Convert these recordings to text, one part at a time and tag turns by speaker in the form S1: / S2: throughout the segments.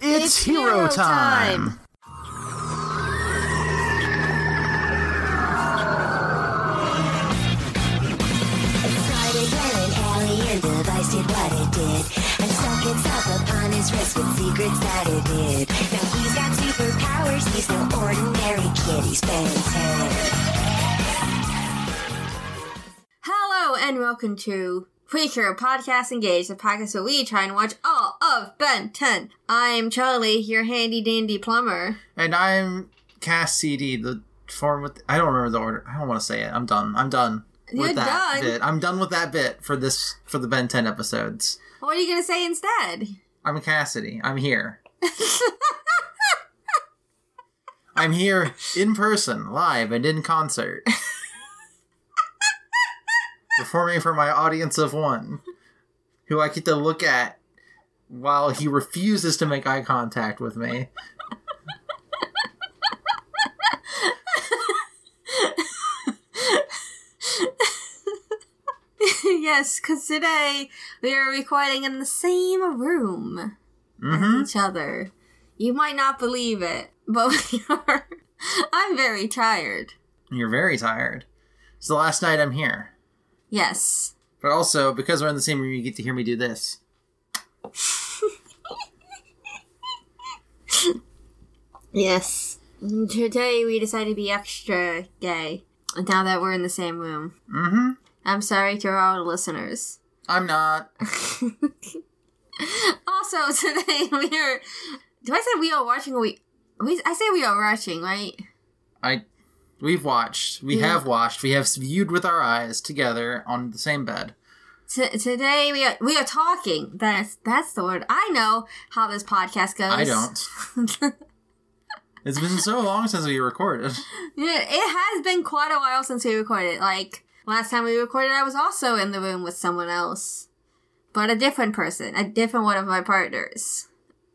S1: It's, hero, time.
S2: Friday when an alien device did what it did and stuck itself upon his wrist with secrets that it hid. Now he's got superpowers, he's no ordinary kid, he's fantastic.
S3: Hello and welcome to Preacher Podcast Engage, the podcast where we try and watch all of Ben 10. I'm Charlie, your handy dandy plumber.
S1: And I'm Cass CD, the form with. I don't remember the order. I don't want to say it. I'm done. I'm done with
S3: You're
S1: that
S3: done?
S1: bit. I'm done with that bit for this for the Ben 10 episodes.
S3: What are you gonna say instead?
S1: I'm Cassidy. I'm here. I'm here in person, live, and in concert. Performing for my audience of one, who I get to look at while he refuses to make eye contact with me.
S3: yes, because today we are recording in the same room as each other. You might not believe it, but we are. I'm very tired.
S1: You're very tired. It's the last night I'm here.
S3: Yes.
S1: But also, because we're in the same room, you get to hear me do this.
S3: Yes. Today we decided to be extra gay. Now that we're in the same room. Mm-hmm. I'm sorry to our listeners.
S1: I'm not.
S3: Also, today we are. Do I say we are watching? Or we, we. I say we are watching, right?
S1: I we've watched, we have watched, we have viewed with our eyes together on the same bed.
S3: T- today we are we are talking. That's that's the word. I know how this podcast goes.
S1: I don't. it's been so long since we recorded.
S3: Yeah, it has been quite a while since we recorded. Like last time we recorded, I was also in the room with someone else, but a different person, a different one of my partners.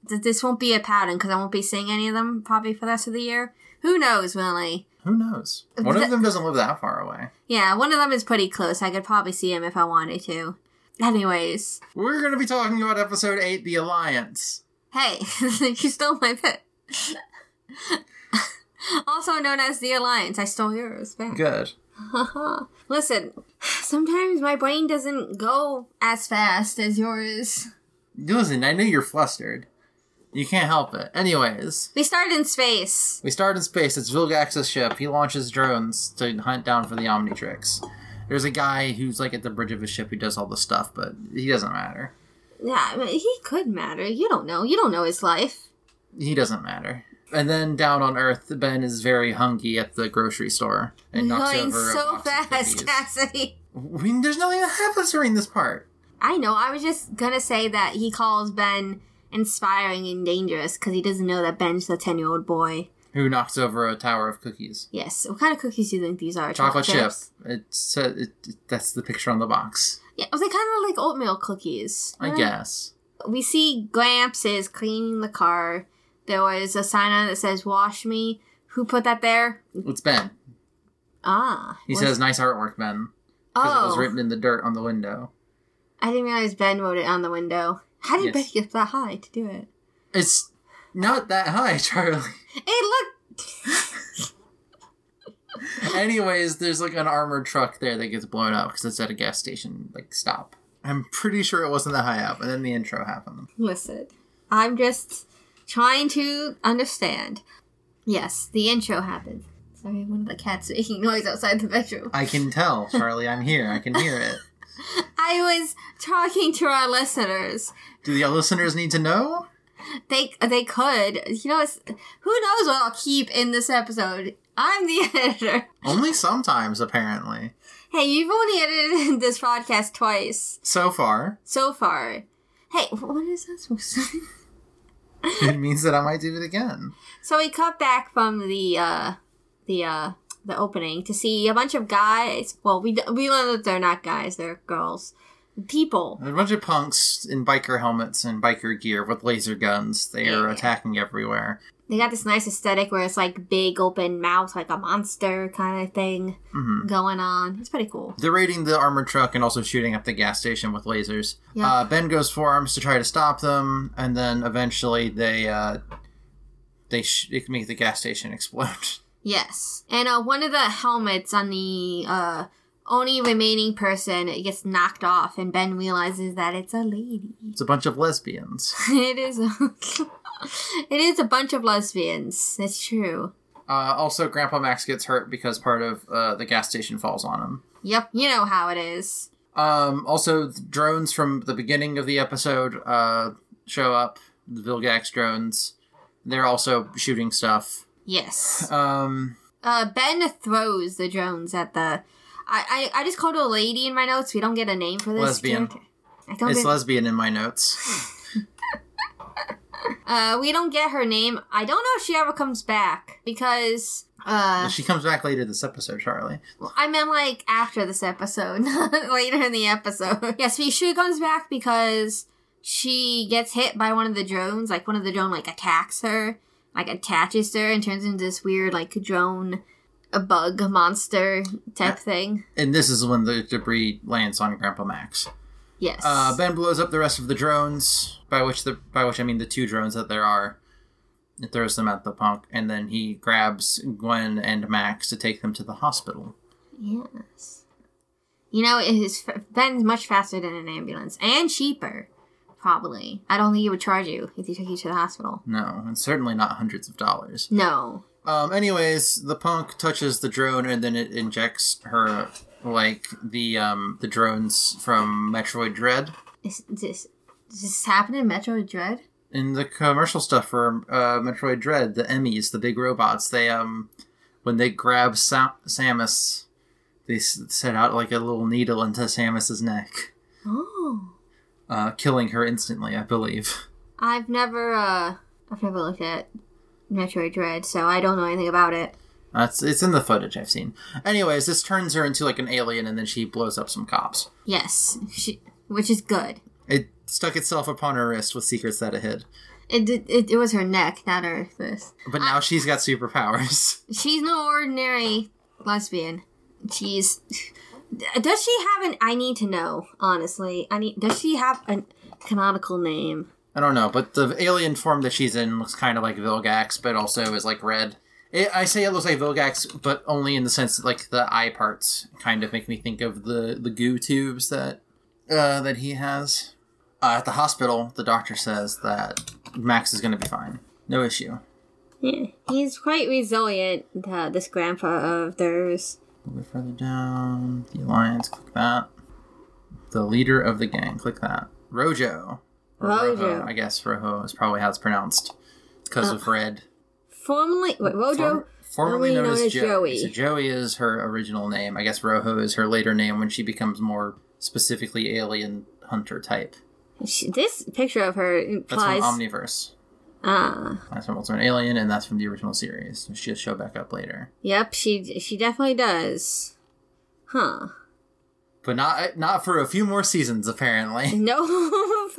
S3: Th- This won't be a pattern because I won't be seeing any of them probably for the rest of the year. Who knows, really?
S1: Who knows? One of them doesn't live that far away.
S3: Yeah, one of them is pretty close. I could probably see him if I wanted to. Anyways,
S1: We're going to be talking about episode 8, The Alliance.
S3: hey, you stole my pet. also known as the Alliance. I stole yours back.
S1: Good.
S3: Listen, sometimes my brain doesn't go as fast as yours.
S1: Listen, I know you're flustered. You can't help it. Anyways,
S3: We started in space.
S1: we start in space. It's Vilgax's ship. He launches drones to hunt down for the Omnitrix. There's a guy who's like at the bridge of his ship who does all the stuff, but he doesn't matter.
S3: Yeah, I mean, he could matter. You don't know. You don't know his life.
S1: he doesn't matter. And then down on Earth, Ben is very hungry at the grocery store and knocks
S3: Going
S1: over a
S3: so
S1: box of
S3: fast,
S1: cookies.
S3: Cassidy.
S1: I mean, there's nothing that happens during this part.
S3: I know. I was just gonna say that he calls Ben inspiring and dangerous because he doesn't know that Ben's the ten-year-old boy.
S1: Who knocks over a tower of cookies?
S3: Yes. What kind of cookies do you think these are?
S1: Chocolate chip. It's uh, it, it- that's the picture on the box.
S3: Yeah, they kind of like oatmeal cookies.
S1: I guess.
S3: we see Gramps is cleaning the car. There was a sign on it that says "Wash me." Who put that there?
S1: It's Ben.
S3: Ah,
S1: He
S3: was-
S1: says, "Nice artwork, Ben," because it was
S3: "Oh,
S1: written in the dirt on the window.
S3: I didn't realize Ben wrote it on the window. How did
S1: Yes.
S3: Ben get that high to do it?
S1: It's not that high, Charlie.
S3: It looked.
S1: Anyways, there's like an armored truck there that gets blown up because it's at a gas station like stop. I'm pretty sure it wasn't that high up, and then the intro happened.
S3: Listen, I'm just trying to understand. Yes, the intro happened. Sorry, one of the cats making noise outside the bedroom.
S1: I can tell, Charlie. I'm here. I can hear it.
S3: I was talking to our listeners.
S1: Do the listeners need to know?
S3: They they could. You know, it's, who knows what I'll keep in this episode. I'm the editor.
S1: Only sometimes, apparently.
S3: Hey, you've only edited this podcast twice
S1: So far,
S3: so far. Hey, what is that supposed to be?
S1: it means that I might do it again.
S3: So we cut back from the uh the uh the opening to see a bunch of guys. Well, we we learn that they're not guys; they're girls. people.
S1: A bunch of punks in biker helmets and biker gear with laser guns. They are
S3: Yeah.
S1: attacking everywhere.
S3: They got this nice aesthetic where it's like big open mouth, like a monster kind of thing
S1: hmm
S3: going on. It's pretty cool.
S1: They're raiding the armored truck and also shooting up the gas station with lasers.
S3: Yeah.
S1: Uh, ben goes forearms to try to stop them, and then eventually they uh, they, sh- they make the gas station explode.
S3: Yes. And uh, one of the helmets on the uh, only remaining person it gets knocked off, and Ben realizes that it's a lady.
S1: it's a bunch of lesbians.
S3: it is. it is a bunch of lesbians. That's true.
S1: Uh, also, Grandpa Max gets hurt because part of uh, the gas station falls on him.
S3: Yep, you know how it is.
S1: Um, also, the drones from the beginning of the episode uh, show up. The Vilgax drones. They're also shooting stuff.
S3: Yes.
S1: Um,
S3: Uh, ben throws the drones at the. I, I, I just called her a lady in my notes. We don't get a name for this
S1: Lesbian.
S3: character. I don't
S1: it's
S3: get,
S1: lesbian in my notes.
S3: uh, we don't get her name. I don't know if she ever comes back because uh,
S1: she comes back later this episode, Charlie.
S3: I meant like after this episode, not later in the episode. Yes, but she comes back because she gets hit by one of the drones. Like one of the drone like attacks her, like attaches to her, and turns into this weird like drone, a bug monster type thing.
S1: And this is when the debris lands on Grandpa Max.
S3: Yes.
S1: Uh, ben blows up the rest of the drones, by which the by which I mean the two drones that there are. It throws them at the punk, and then he grabs Gwen and Max to take them to the hospital.
S3: Yes. You know, it is Ben's much faster than an ambulance and cheaper, probably. I don't think he would charge you if he took you to the hospital.
S1: No, and certainly not hundreds of dollars.
S3: No.
S1: Um, anyways, the punk touches the drone, and then it injects her like the um the drones from Metroid Dread.
S3: Is this does this happen in Metroid Dread?
S1: in the commercial stuff for uh, Metroid Dread, the Emmys, the big robots, they um, when they grab Sa- Samus, they s- set out like a little needle into Samus's neck,
S3: Oh.
S1: uh, killing her instantly, I believe.
S3: I've never uh I've never looked at Metroid Dread, so I don't know anything about it.
S1: That's it's in the footage I've seen. Anyways, this turns her into like an alien, and then she blows up some cops.
S3: Yes. She, which is good.
S1: It stuck itself upon her wrist with secrets that it hid,
S3: It, did- it it was her neck, not her this.
S1: but now she's got superpowers.
S3: She's no ordinary lesbian. She's. Does she have an? I need to know. Honestly, I need. Does she have a canonical name?
S1: I don't know, but the alien form that she's in looks kind of like Vilgax, but also is like red. It, I say it looks like Vilgax, but only in the sense that like the eye parts kind of make me think of the the goo tubes that uh, that he has. Uh, at the hospital, the doctor says that Max is going to be fine, no issue.
S3: Yeah, he's quite resilient. Uh, this grandpa of theirs.
S1: A little bit further down, the alliance. Click that. The leader of the gang. Click that. Rojo. Or uh,
S3: Rojo.
S1: Rojo. I guess Rojo is probably how it's pronounced because of red.
S3: Formerly, wait, Rojo.
S1: Form- formerly known, as, Joey.
S3: Joey.
S1: So Joey is her original name. I guess Rojo is her later name when she becomes more specifically alien hunter type.
S3: She, this picture of her
S1: That's
S3: implies.
S1: from Omniverse.
S3: uh,
S1: That's from Ultimate Alien, and that's from the original series. She'll show back up later,
S3: yep, she she definitely does. Huh.
S1: but not not for a few more seasons apparently.
S3: No.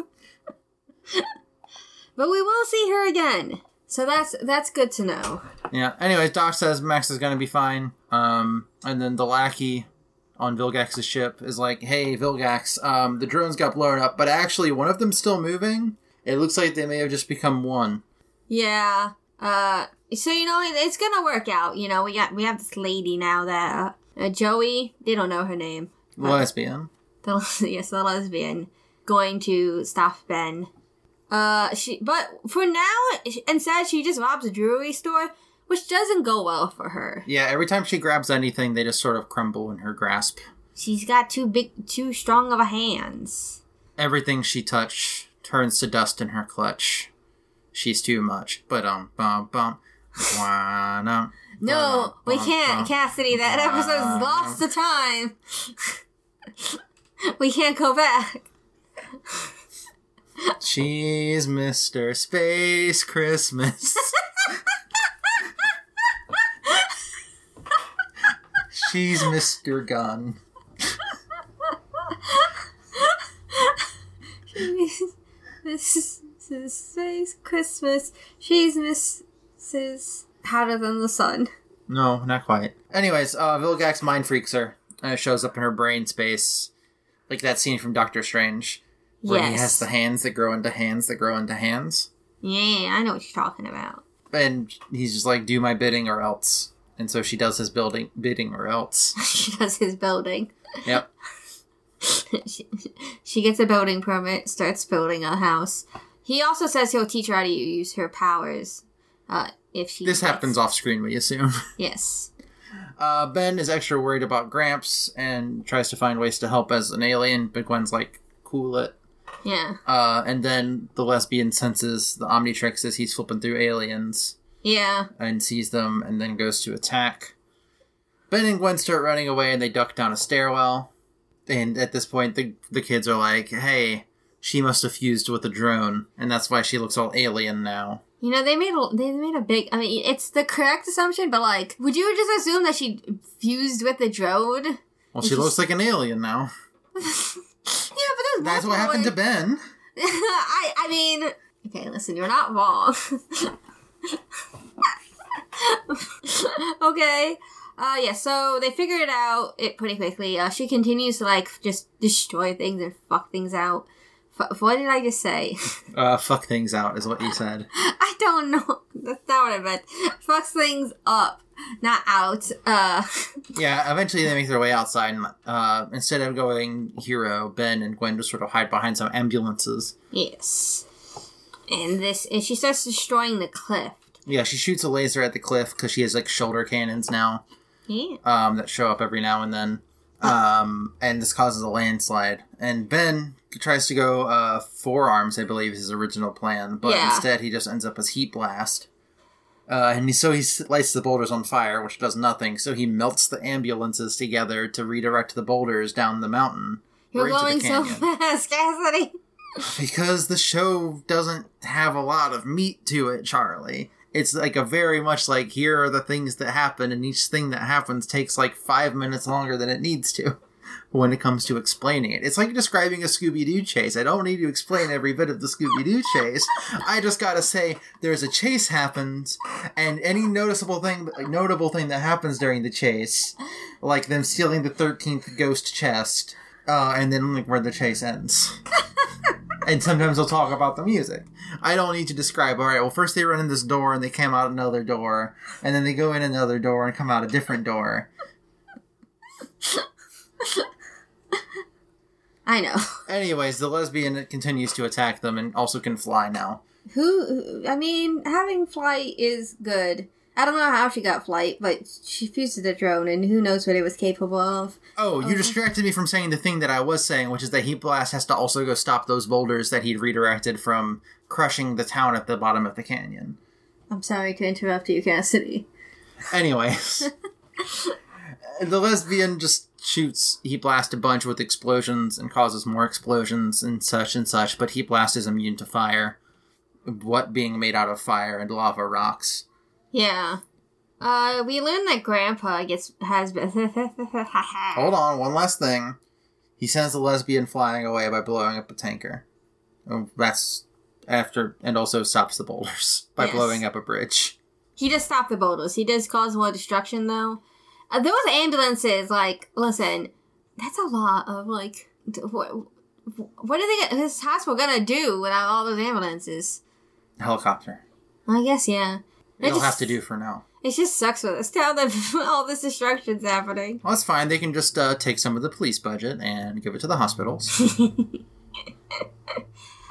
S3: but we will see her again. So that's that's good to know.
S1: yeah. Anyways, Doc says Max is gonna be fine. Um, and then the lackey on Vilgax's ship is like, "Hey, Vilgax, um, the drones got blown up, but actually one of them's still moving. It looks like they may have just become one."
S3: Yeah. Uh. So you know it- it's gonna work out. You know we got we have this lady now that uh, uh, Joey. They don't know her name.
S1: Lesbian.
S3: The les- yes, the lesbian going to stop Ben. Uh. She. But for now, instead she just robs a jewelry store, which doesn't go well for her.
S1: Yeah, every time she grabs anything, they just sort of crumble in her grasp.
S3: She's got too big, too strong of a hands.
S1: Everything she touch turns to dust in her clutch. She's too much. But um bum bum. Wanna.
S3: No, we can't, Cassidy. That episode's lost to time. we can't go back.
S1: She's Mr. Space Christmas. She's Mr. Gun.
S3: Mrs. Space Christmas. She's Mrs. Hotter than the sun.
S1: No, not quite. Anyways, uh, Vilgax mind freaks her. Uh, shows up in her brain space, like that scene from Doctor Strange, where he has
S3: Yes.
S1: the hands that grow into hands that grow into hands,
S3: Yeah, I know what you're talking about.
S1: and he's just like, "Do my bidding or else." And so she does his building bidding or else.
S3: she does his building.
S1: Yep.
S3: she, she gets a building permit, starts building a house. He also says he'll teach her how to use her powers. Uh, if she
S1: This
S3: gets-
S1: happens off screen, we assume.
S3: Yes.
S1: Uh, ben is extra worried about Gramps and tries to find ways to help as an alien, but Gwen's like, cool it.
S3: Yeah.
S1: Uh, and then the lesbian senses the Omnitrix as he's flipping through aliens
S3: Yeah.
S1: and sees them and then goes to attack. Ben and Gwen start running away and they duck down a stairwell. And at this point, the, the kids are like, hey, she must have fused with a drone, and that's why she looks all alien now.
S3: You know they made a, they made a big. I mean, it's the correct assumption, but like, would you just assume that she fused with the drone? Yeah,
S1: Well, she looks like an alien now.
S3: but there's
S1: That's what happened to Ben.
S3: I I mean, okay, listen, you're not wrong. okay. Uh, yeah, so they figure it out it pretty quickly. Uh, she continues to like just destroy things and fuck things out. F- what did I just say?
S1: Uh, fuck things out, is what you said.
S3: I don't know. That's not what I meant. Fucks things up, not out. Uh,
S1: Yeah, eventually they make their way outside, and uh, instead of going hero, Ben and Gwen just sort of hide behind some ambulances.
S3: yes. And this, and she starts destroying the cliff.
S1: Yeah, she shoots a laser at the cliff because she has like shoulder cannons now
S3: Yeah.
S1: um, that show up every now and then, um, and this causes a landslide. And Ben tries to go uh, forearms, I believe, is his original plan, but
S3: Yeah.
S1: instead he just ends up as heat blast. Uh, and he- so he s- lights the boulders on fire, which does nothing. So he melts the ambulances together to redirect the boulders down the mountain. or
S3: You're
S1: into the
S3: going so
S1: canyon.
S3: fast, Cassidy.
S1: because the show doesn't have a lot of meat to it, Charlie. It's like a very much like here are the things that happen, and each thing that happens takes like five minutes longer than it needs to when it comes to explaining it. It's like describing a Scooby Doo chase. I don't need to explain every bit of the Scooby Doo chase. I just gotta say there's a chase happens, and any noticeable thing, like, notable thing that happens during the chase, like them stealing the thirteenth ghost chest, uh, and then like where the chase ends and sometimes they'll talk about the music. I don't need to describe. All right, well, first they run in this door and they come out another door, and then they go in another door and come out a different door.
S3: I know.
S1: Anyways, the lesbian continues to attack them and also can fly now.
S3: Who? I mean, having flight is good. I don't know how she got flight, but she fused the drone, and who knows what it was capable of.
S1: Oh, you distracted me from saying the thing that I was saying, which is that Heat Blast has to also go stop those boulders that he'd redirected from crushing the town at the bottom of the canyon.
S3: I'm sorry to interrupt you, Cassidy.
S1: Anyways, the lesbian just shoots Heat Blast a bunch with explosions and causes more explosions and such and such, but Heat Blast is immune to fire. What being made out of fire and lava rocks.
S3: Yeah. Uh, we learned that Grandpa gets has been.
S1: Hold on, one last thing. He sends the lesbian flying away by blowing up a tanker. Oh, that's after, and also stops the boulders by
S3: Yes.
S1: blowing up a bridge.
S3: He does stop the boulders. He does cause more destruction, though. Uh, those ambulances, like, listen, that's a lot of like. d- What, what are they? This hospital gonna do without all those ambulances?
S1: Helicopter.
S3: I guess yeah. It
S1: It'll
S3: just-
S1: have to do for now.
S3: It just sucks with us town that all this destruction's happening.
S1: Well, that's fine. They can just uh, take some of the police budget and give it to the hospitals.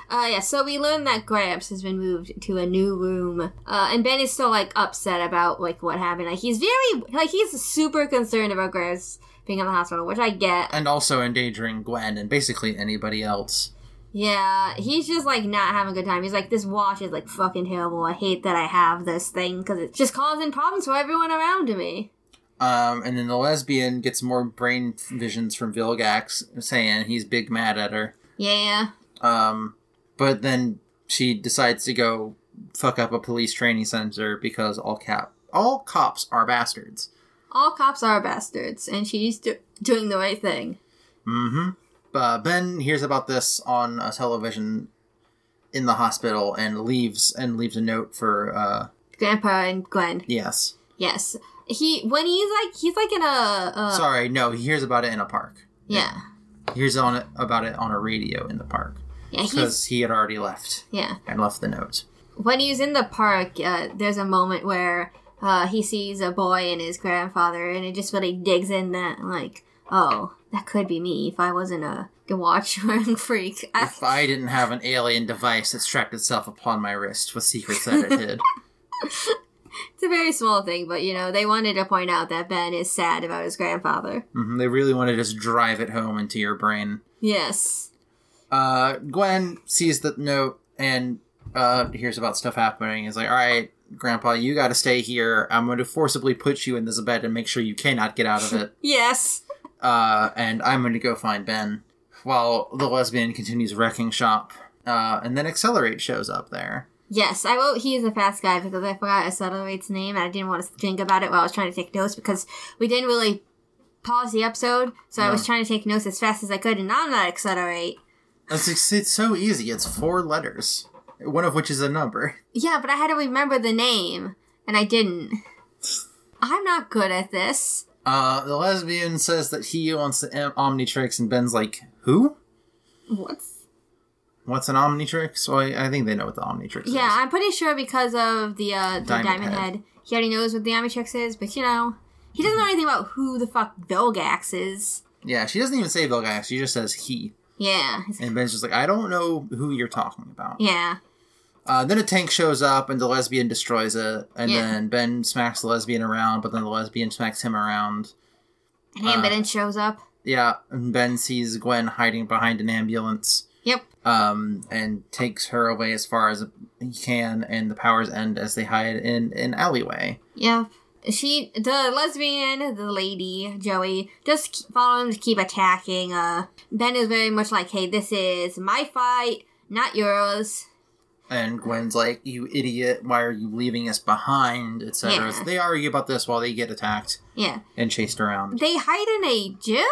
S3: Uh, yeah, so we learned that Gramps has been moved to a new room. Uh, and Ben is still, like, upset about, like, what happened. Like, he's very, like, he's super concerned about Gramps being in the hospital, which I get.
S1: and also endangering Gwen and basically anybody else.
S3: Yeah, he's just, like, not having a good time. He's like, this watch is, like, fucking terrible. I hate that I have this thing because it's just causing problems for everyone around me.
S1: Um, and then the lesbian gets more brain visions from Vilgax saying he's big mad at her.
S3: Yeah.
S1: Um, but then she decides to go fuck up a police training center because all cap all cops are bastards.
S3: All cops are bastards, and she's do- doing the right thing.
S1: Mm-hmm. uh, Ben hears about this on uh, television in the hospital and leaves and leaves a note for uh,
S3: Grandpa and Gwen.
S1: yes.
S3: Yes. He when he's like he's like in a, a
S1: Sorry, no, he hears about it in a park.
S3: yeah
S1: He hears on it, about it on a radio in the park
S3: yeah he's
S1: because he had already left
S3: yeah
S1: and left the note.
S3: when he's in the park, uh, there's a moment where uh, he sees a boy and his grandfather, and it just really digs in that, like, oh, that could be me if I wasn't a watch wearing freak. I,
S1: If I didn't have an alien device that strapped itself upon my wrist with secrets that it hid.
S3: it's a very small thing, but you know, they wanted to point out that Ben is sad about his grandfather.
S1: hmm They really want to just drive it home into your brain.
S3: Yes.
S1: Uh, Gwen sees the note and uh, hears about stuff happening. Is like, all right, Grandpa, you got to stay here. I'm going to forcibly put you in this bed and make sure you cannot get out of it.
S3: Yes.
S1: uh, and I'm going to go find Ben. While the lesbian continues wrecking shop, uh, and then Accelerate shows up there.
S3: Yes, I wrote he is a fast guy because I forgot Accelerate's name and I didn't want to think about it while I was trying to take notes because we didn't really pause the episode, so I was trying to take notes as fast as I could and I'm not Accelerate.
S1: It's, it's, it's so easy. It's four letters, one of which is a number.
S3: Yeah, but I had to remember the name, and I didn't. I'm not good at this.
S1: Uh, the lesbian says that he wants the Om- Omnitrix, and Ben's like, "Who?
S3: What's?
S1: What's an Omnitrix?" Well, I, I think they know what the Omnitrix is.
S3: Yeah, I'm pretty sure because of the uh, the
S1: Diamond
S3: diamond,
S1: Head.
S3: head. he already knows what the Omnitrix is. But you know, he doesn't know anything about who the fuck Vilgax is.
S1: Yeah, she doesn't even say Vilgax. She just says he.
S3: Yeah, it's-
S1: And Ben's just like, I don't know who you're talking about.
S3: yeah,
S1: Uh, then a tank shows up and the lesbian destroys it. And
S3: Yeah.
S1: then Ben smacks the lesbian around, but then the lesbian smacks him around.
S3: and
S1: Uh.
S3: Ambidin shows up.
S1: Yeah, and Ben sees Gwen hiding behind an ambulance
S3: Yep.
S1: um, and takes her away as far as he can. And the powers end as they hide in an alleyway.
S3: Yep. She, the lesbian, the lady, Joey, just keep- follow him to keep attacking. Uh, Ben is very much like, hey, this is my fight, not yours.
S1: And Gwen's like, You idiot, why are you leaving us behind? etc.
S3: Yeah.
S1: So they argue about this while they get attacked
S3: Yeah.
S1: and chased around.
S3: They hide in a gym?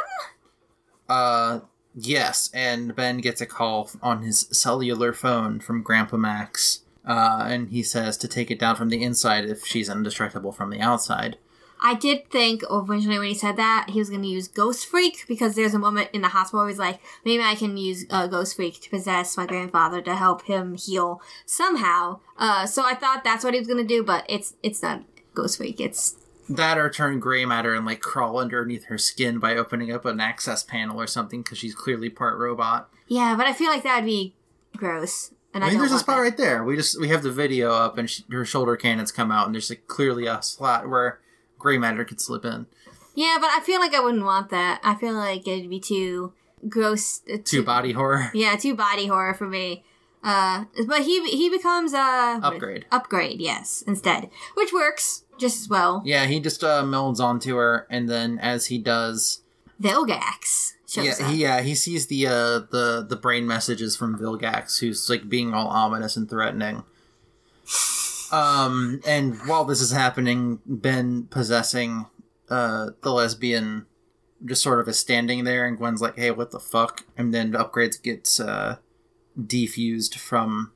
S1: Uh, yes, and Ben gets a call on his cellular phone from Grandpa Max. Uh, and he says to take it down from the inside if she's indestructible from the outside.
S3: I did think originally when he said that he was going to use Ghost Freak because there's a moment in the hospital where he's like, maybe I can use uh, Ghost Freak to possess my grandfather to help him heal somehow. Uh, so I thought that's what he was going to do, but it's it's not Ghost Freak. It's
S1: That or turn gray matter and like crawl underneath her skin by opening up an access panel or something because she's clearly part robot.
S3: yeah, but I feel like that would be gross. And I,
S1: I mean,
S3: don't
S1: there's a
S3: want
S1: spot
S3: that.
S1: right there. We just we have the video up and sh her shoulder cannons come out and there's like clearly a slot where gray matter could slip in.
S3: Yeah, but I feel like I wouldn't want that. I feel like it'd be too gross. uh,
S1: Two body horror.
S3: Yeah, too body horror for me. Uh, but he he becomes uh
S1: Upgrade.
S3: Upgrade, yes, instead, which works just as well.
S1: Yeah, he just uh, melds onto her, and then as he does,
S3: Vilgax shows
S1: yeah,
S3: up.
S1: he, yeah, he sees the uh, the the brain messages from Vilgax, who's like being all ominous and threatening. Um, and while this is happening, Ben possessing uh the lesbian just sort of is standing there, and Gwen's like, "Hey, what the fuck?" And then the upgrades gets uh defused from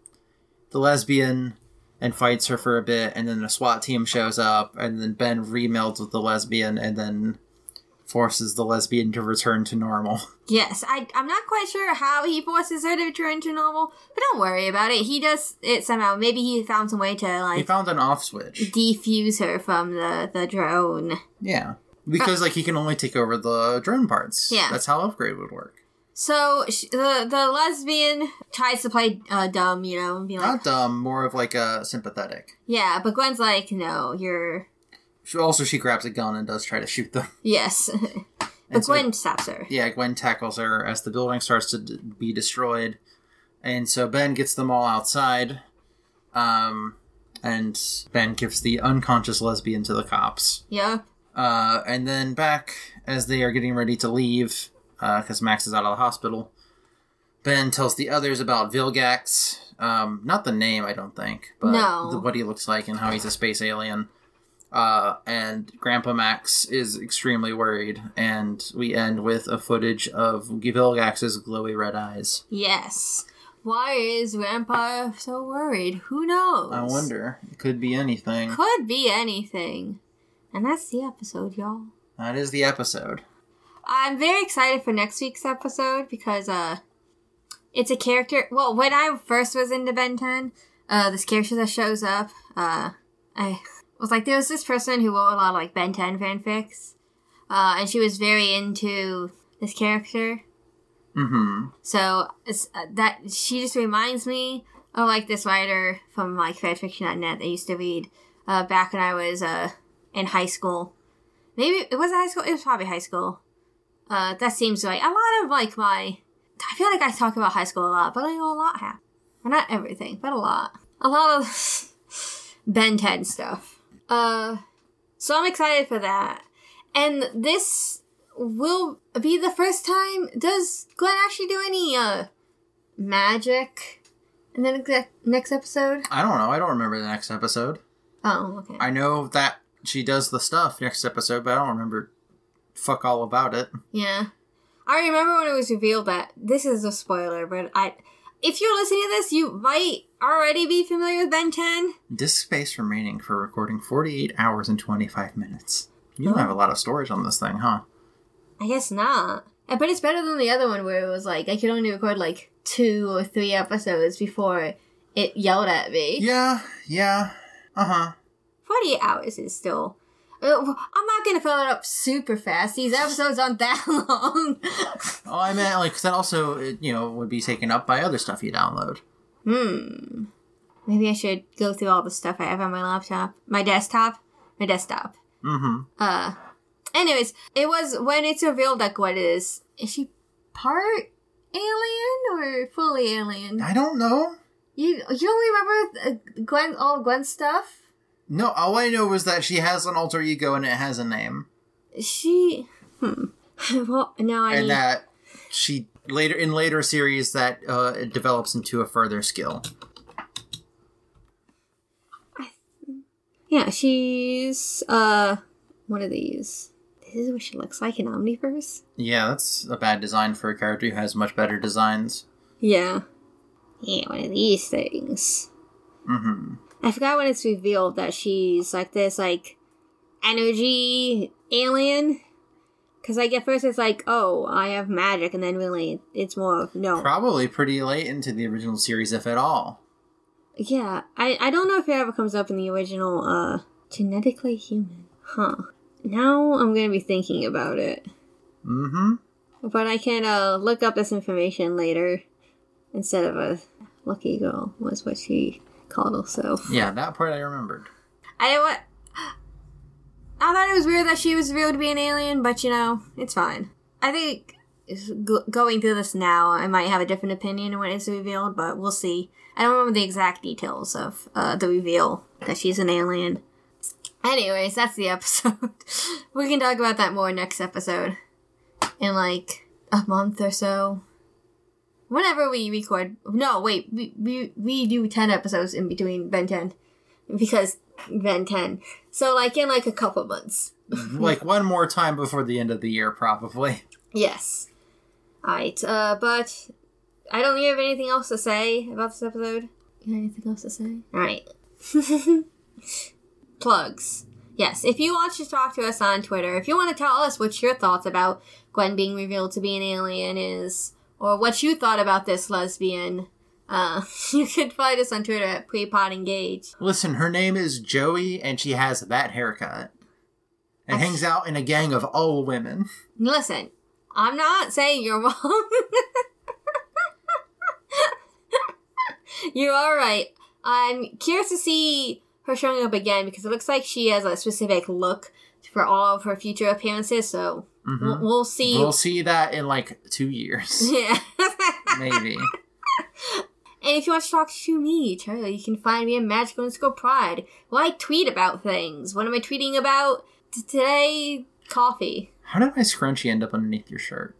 S1: the lesbian and fights her for a bit, and then the SWAT team shows up, and then Ben remelds with the lesbian, and then forces the lesbian to return to normal.
S3: Yes, I I'm not quite sure how he forces her to return to normal, but don't worry about it. He does it somehow. Maybe he found some way to
S1: He
S3: like
S1: found an off switch.
S3: defuse her from the the drone.
S1: Yeah. Because like he can only take over the drone parts.
S3: Yeah.
S1: That's how upgrade would work.
S3: So sh the the lesbian tries to play uh, dumb, you know, and be like,
S1: Not dumb, more of like a sympathetic.
S3: yeah, but Gwen's like, no, you're
S1: She, also, she grabs a gun and does try to shoot them.
S3: yes.
S1: And
S3: but
S1: so-
S3: Gwen stops her.
S1: yeah, Gwen tackles her as the building starts to d- be destroyed, and so Ben gets them all outside. Um, and Ben gives the unconscious lesbian to the cops.
S3: Yep.
S1: Uh, and then back as they are getting ready to leave, because Max is out of the hospital, Ben tells the others about Vilgax. Um, not the name, I don't think, but
S3: No.
S1: the, what he looks like and how he's a space alien. Uh, and Grandpa Max is extremely worried, and we end with a footage of Vilgax's glowy red eyes.
S3: Yes. Why is Grandpa so worried? Who knows?
S1: I wonder. It could be anything.
S3: Could be anything. And that's the episode, y'all.
S1: That is the episode.
S3: I'm very excited for next week's episode because uh it's a character well when I first was into Ben 10, uh this character that shows up, uh I was like there was this person who wrote a lot of like Ben 10 fanfics. Uh and she was very into this character.
S1: Mm-hmm.
S3: So it's, uh, that she just reminds me of like this writer from like fanfiction.net that I used to read uh, back when I was uh, in high school. Maybe it was high school. It was probably high school. Uh, that seems like a lot of like my. I feel like I talk about high school a lot, but I know a lot happened. Well, not everything, but a lot. A lot of Ben 10 stuff. Uh, so I'm excited for that. And this will be the first time. Does Glenn actually do any uh magic in the next- next episode?
S1: I don't know. I don't remember the next episode.
S3: Oh, okay.
S1: I know that she does the stuff next episode, but I don't remember fuck all about it.
S3: Yeah. I remember when it was revealed that this is a spoiler, but I if you're listening to this, you might already be familiar with Ben 10.
S1: Disk space remaining for recording 48 hours and 25 minutes. You don't have a lot of storage on this thing, huh?
S3: I guess not. Uh, But it's better than the other one where it was like I could only record like two or three episodes before it yelled at me.
S1: Yeah, yeah. Uh huh.
S3: 48 hours is still. Uh, well, I'm not gonna fill it up super fast. These episodes aren't that long.
S1: Oh, I meant like 'cause that also, it, you know, would be taken up by other stuff you download.
S3: hmm. Maybe I should go through all the stuff I have on my laptop, my desktop, my desktop.
S1: Mm
S3: Uh. Anyways, it was when it's revealed like what is is she part alien or fully
S1: hmm.
S3: alien?
S1: I don't know.
S3: You you don't remember uh, Gwen all Gwen stuff?
S1: No, all I know is that she has an alter ego and it has a name.
S3: She. Hmm. well, now I
S1: and
S3: need.
S1: that she later in later series that uh, it develops into a further skill.
S3: Yeah, she's uh one of these. This is what she looks like in Omniverse.
S1: Yeah, that's a bad design for a character who has much better designs.
S3: Yeah. Yeah, one of these things.
S1: Mm-hmm.
S3: I forgot when it's revealed that she's like this like energy alien. Cause like at first it's like, oh, I have magic, and then really it's more of no.
S1: Probably pretty late into the original series, if at all.
S3: yeah, I I don't know if it ever comes up in the original. uh Genetically human, huh? Now I'm gonna be thinking about it.
S1: Mm-hmm.
S3: But I can uh, look up this information later instead of a lucky girl, was what she called herself.
S1: Yeah, that part I remembered.
S3: I didn't want. I thought it was weird that she was revealed to be an alien, but you know, it's fine. I think it's go- going through this now, I might have a different opinion when it's revealed, but we'll see. I don't remember the exact details of uh, the reveal that she's an alien. Anyways, that's the episode. we can talk about that more next episode in like a month or so. Whenever we record, no, wait, we we, we do ten episodes in between Ben Ten because Ben Ten. So like in like a couple months.
S1: like one more time before the end of the year, probably.
S3: Yes. Alright, uh, but I don't think you have anything else to say about this episode. You have anything else to say? Alright. Plugs. Yes, if you want to talk to us on Twitter, if you want to tell us what your thoughts about Gwen being revealed to be an alien is, or what you thought about this lesbian, uh, you can find us on Twitter at prepodengage.
S1: Listen, her name is Joey, and she has that haircut, and hangs out in a gang of all women.
S3: Listen, I'm not saying you're wrong. you are right. I'm curious to see her showing up again because it looks like she has a specific look for all of her future appearances. So we'll, we'll see.
S1: Mm-hmm. We'll see that in like two years,
S3: yeah.
S1: maybe.
S3: and if you want to talk to me, Charlie, you can find me at Magical Underscore Pride. Well, I tweet about things. What am I tweeting about t- today? Coffee.
S1: How did my scrunchie end up underneath your shirt?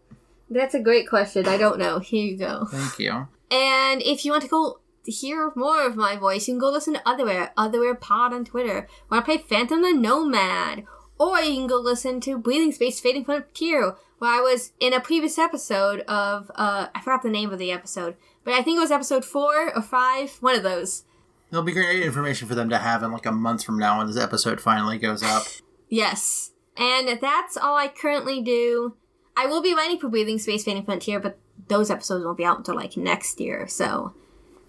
S3: That's a great question. I don't know. Here you go.
S1: Thank you.
S3: And if you want to go hear more of my voice, you can go listen to Otherware, Otherware Pod on Twitter. When I play Phantom the Nomad. Or you can go listen to Breathing Space Fading Frontier, where I was in a previous episode of, uh, I forgot the name of the episode, but I think it was episode four or five, one of those.
S1: It'll be great information for them to have in like a month from now when this episode finally goes up.
S3: Yes. And that's all I currently do. I will be writing for Breathing Space Fanny Frontier, but those episodes won't be out until like next year, so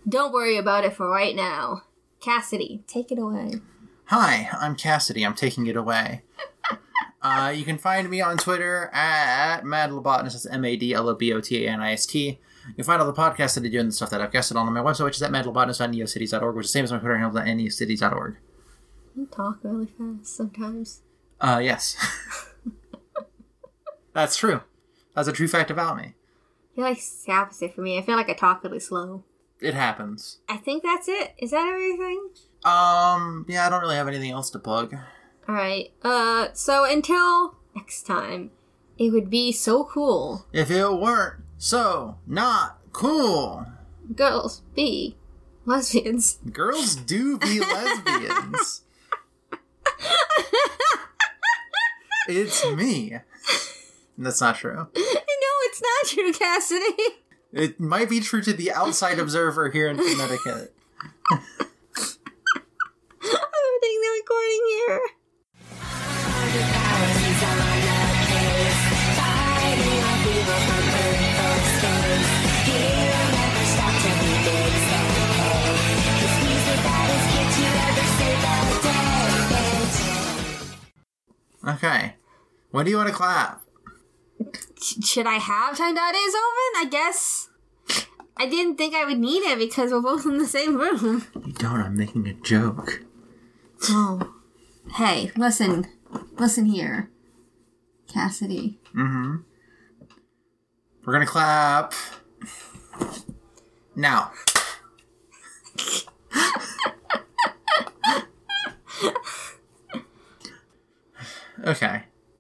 S3: don't worry about it for right now. Cassidy, take it away.
S1: Hi, I'm Cassidy. I'm taking it away. uh, you can find me on Twitter at madlobotanist. That's M A D L O B O T A N I S T. You can find all the podcasts that I do and the stuff that I've guested on on my website, which is at E madlobotanist.neocities.org, which is the same as my Twitter handle, E at neocities.org.
S3: You talk really fast sometimes.
S1: Uh, yes. That's true. That's a true fact about me.
S3: You're like the opposite for me. I feel like I talk really slow.
S1: It happens.
S3: I think that's it. Is that everything?
S1: Um, yeah, I don't really have anything else to plug.
S3: All right. Uh, so until next time, it would be so cool.
S1: If it weren't so not cool,
S3: Girls be lesbians.
S1: girls do be lesbians. It's me. That's not true.
S3: no, it's not true, Cassidy.
S1: It might be true to the outside observer here in Connecticut.
S3: I'm ending the recording here.
S1: Okay. When do you want to clap?
S3: Sh- Should I have time dot is open? I guess. I didn't think I would need it because we're both in the same room.
S1: You don't. I'm making a joke.
S3: Oh. Hey, listen. Listen here. Cassidy.
S1: We're gonna clap now. okay.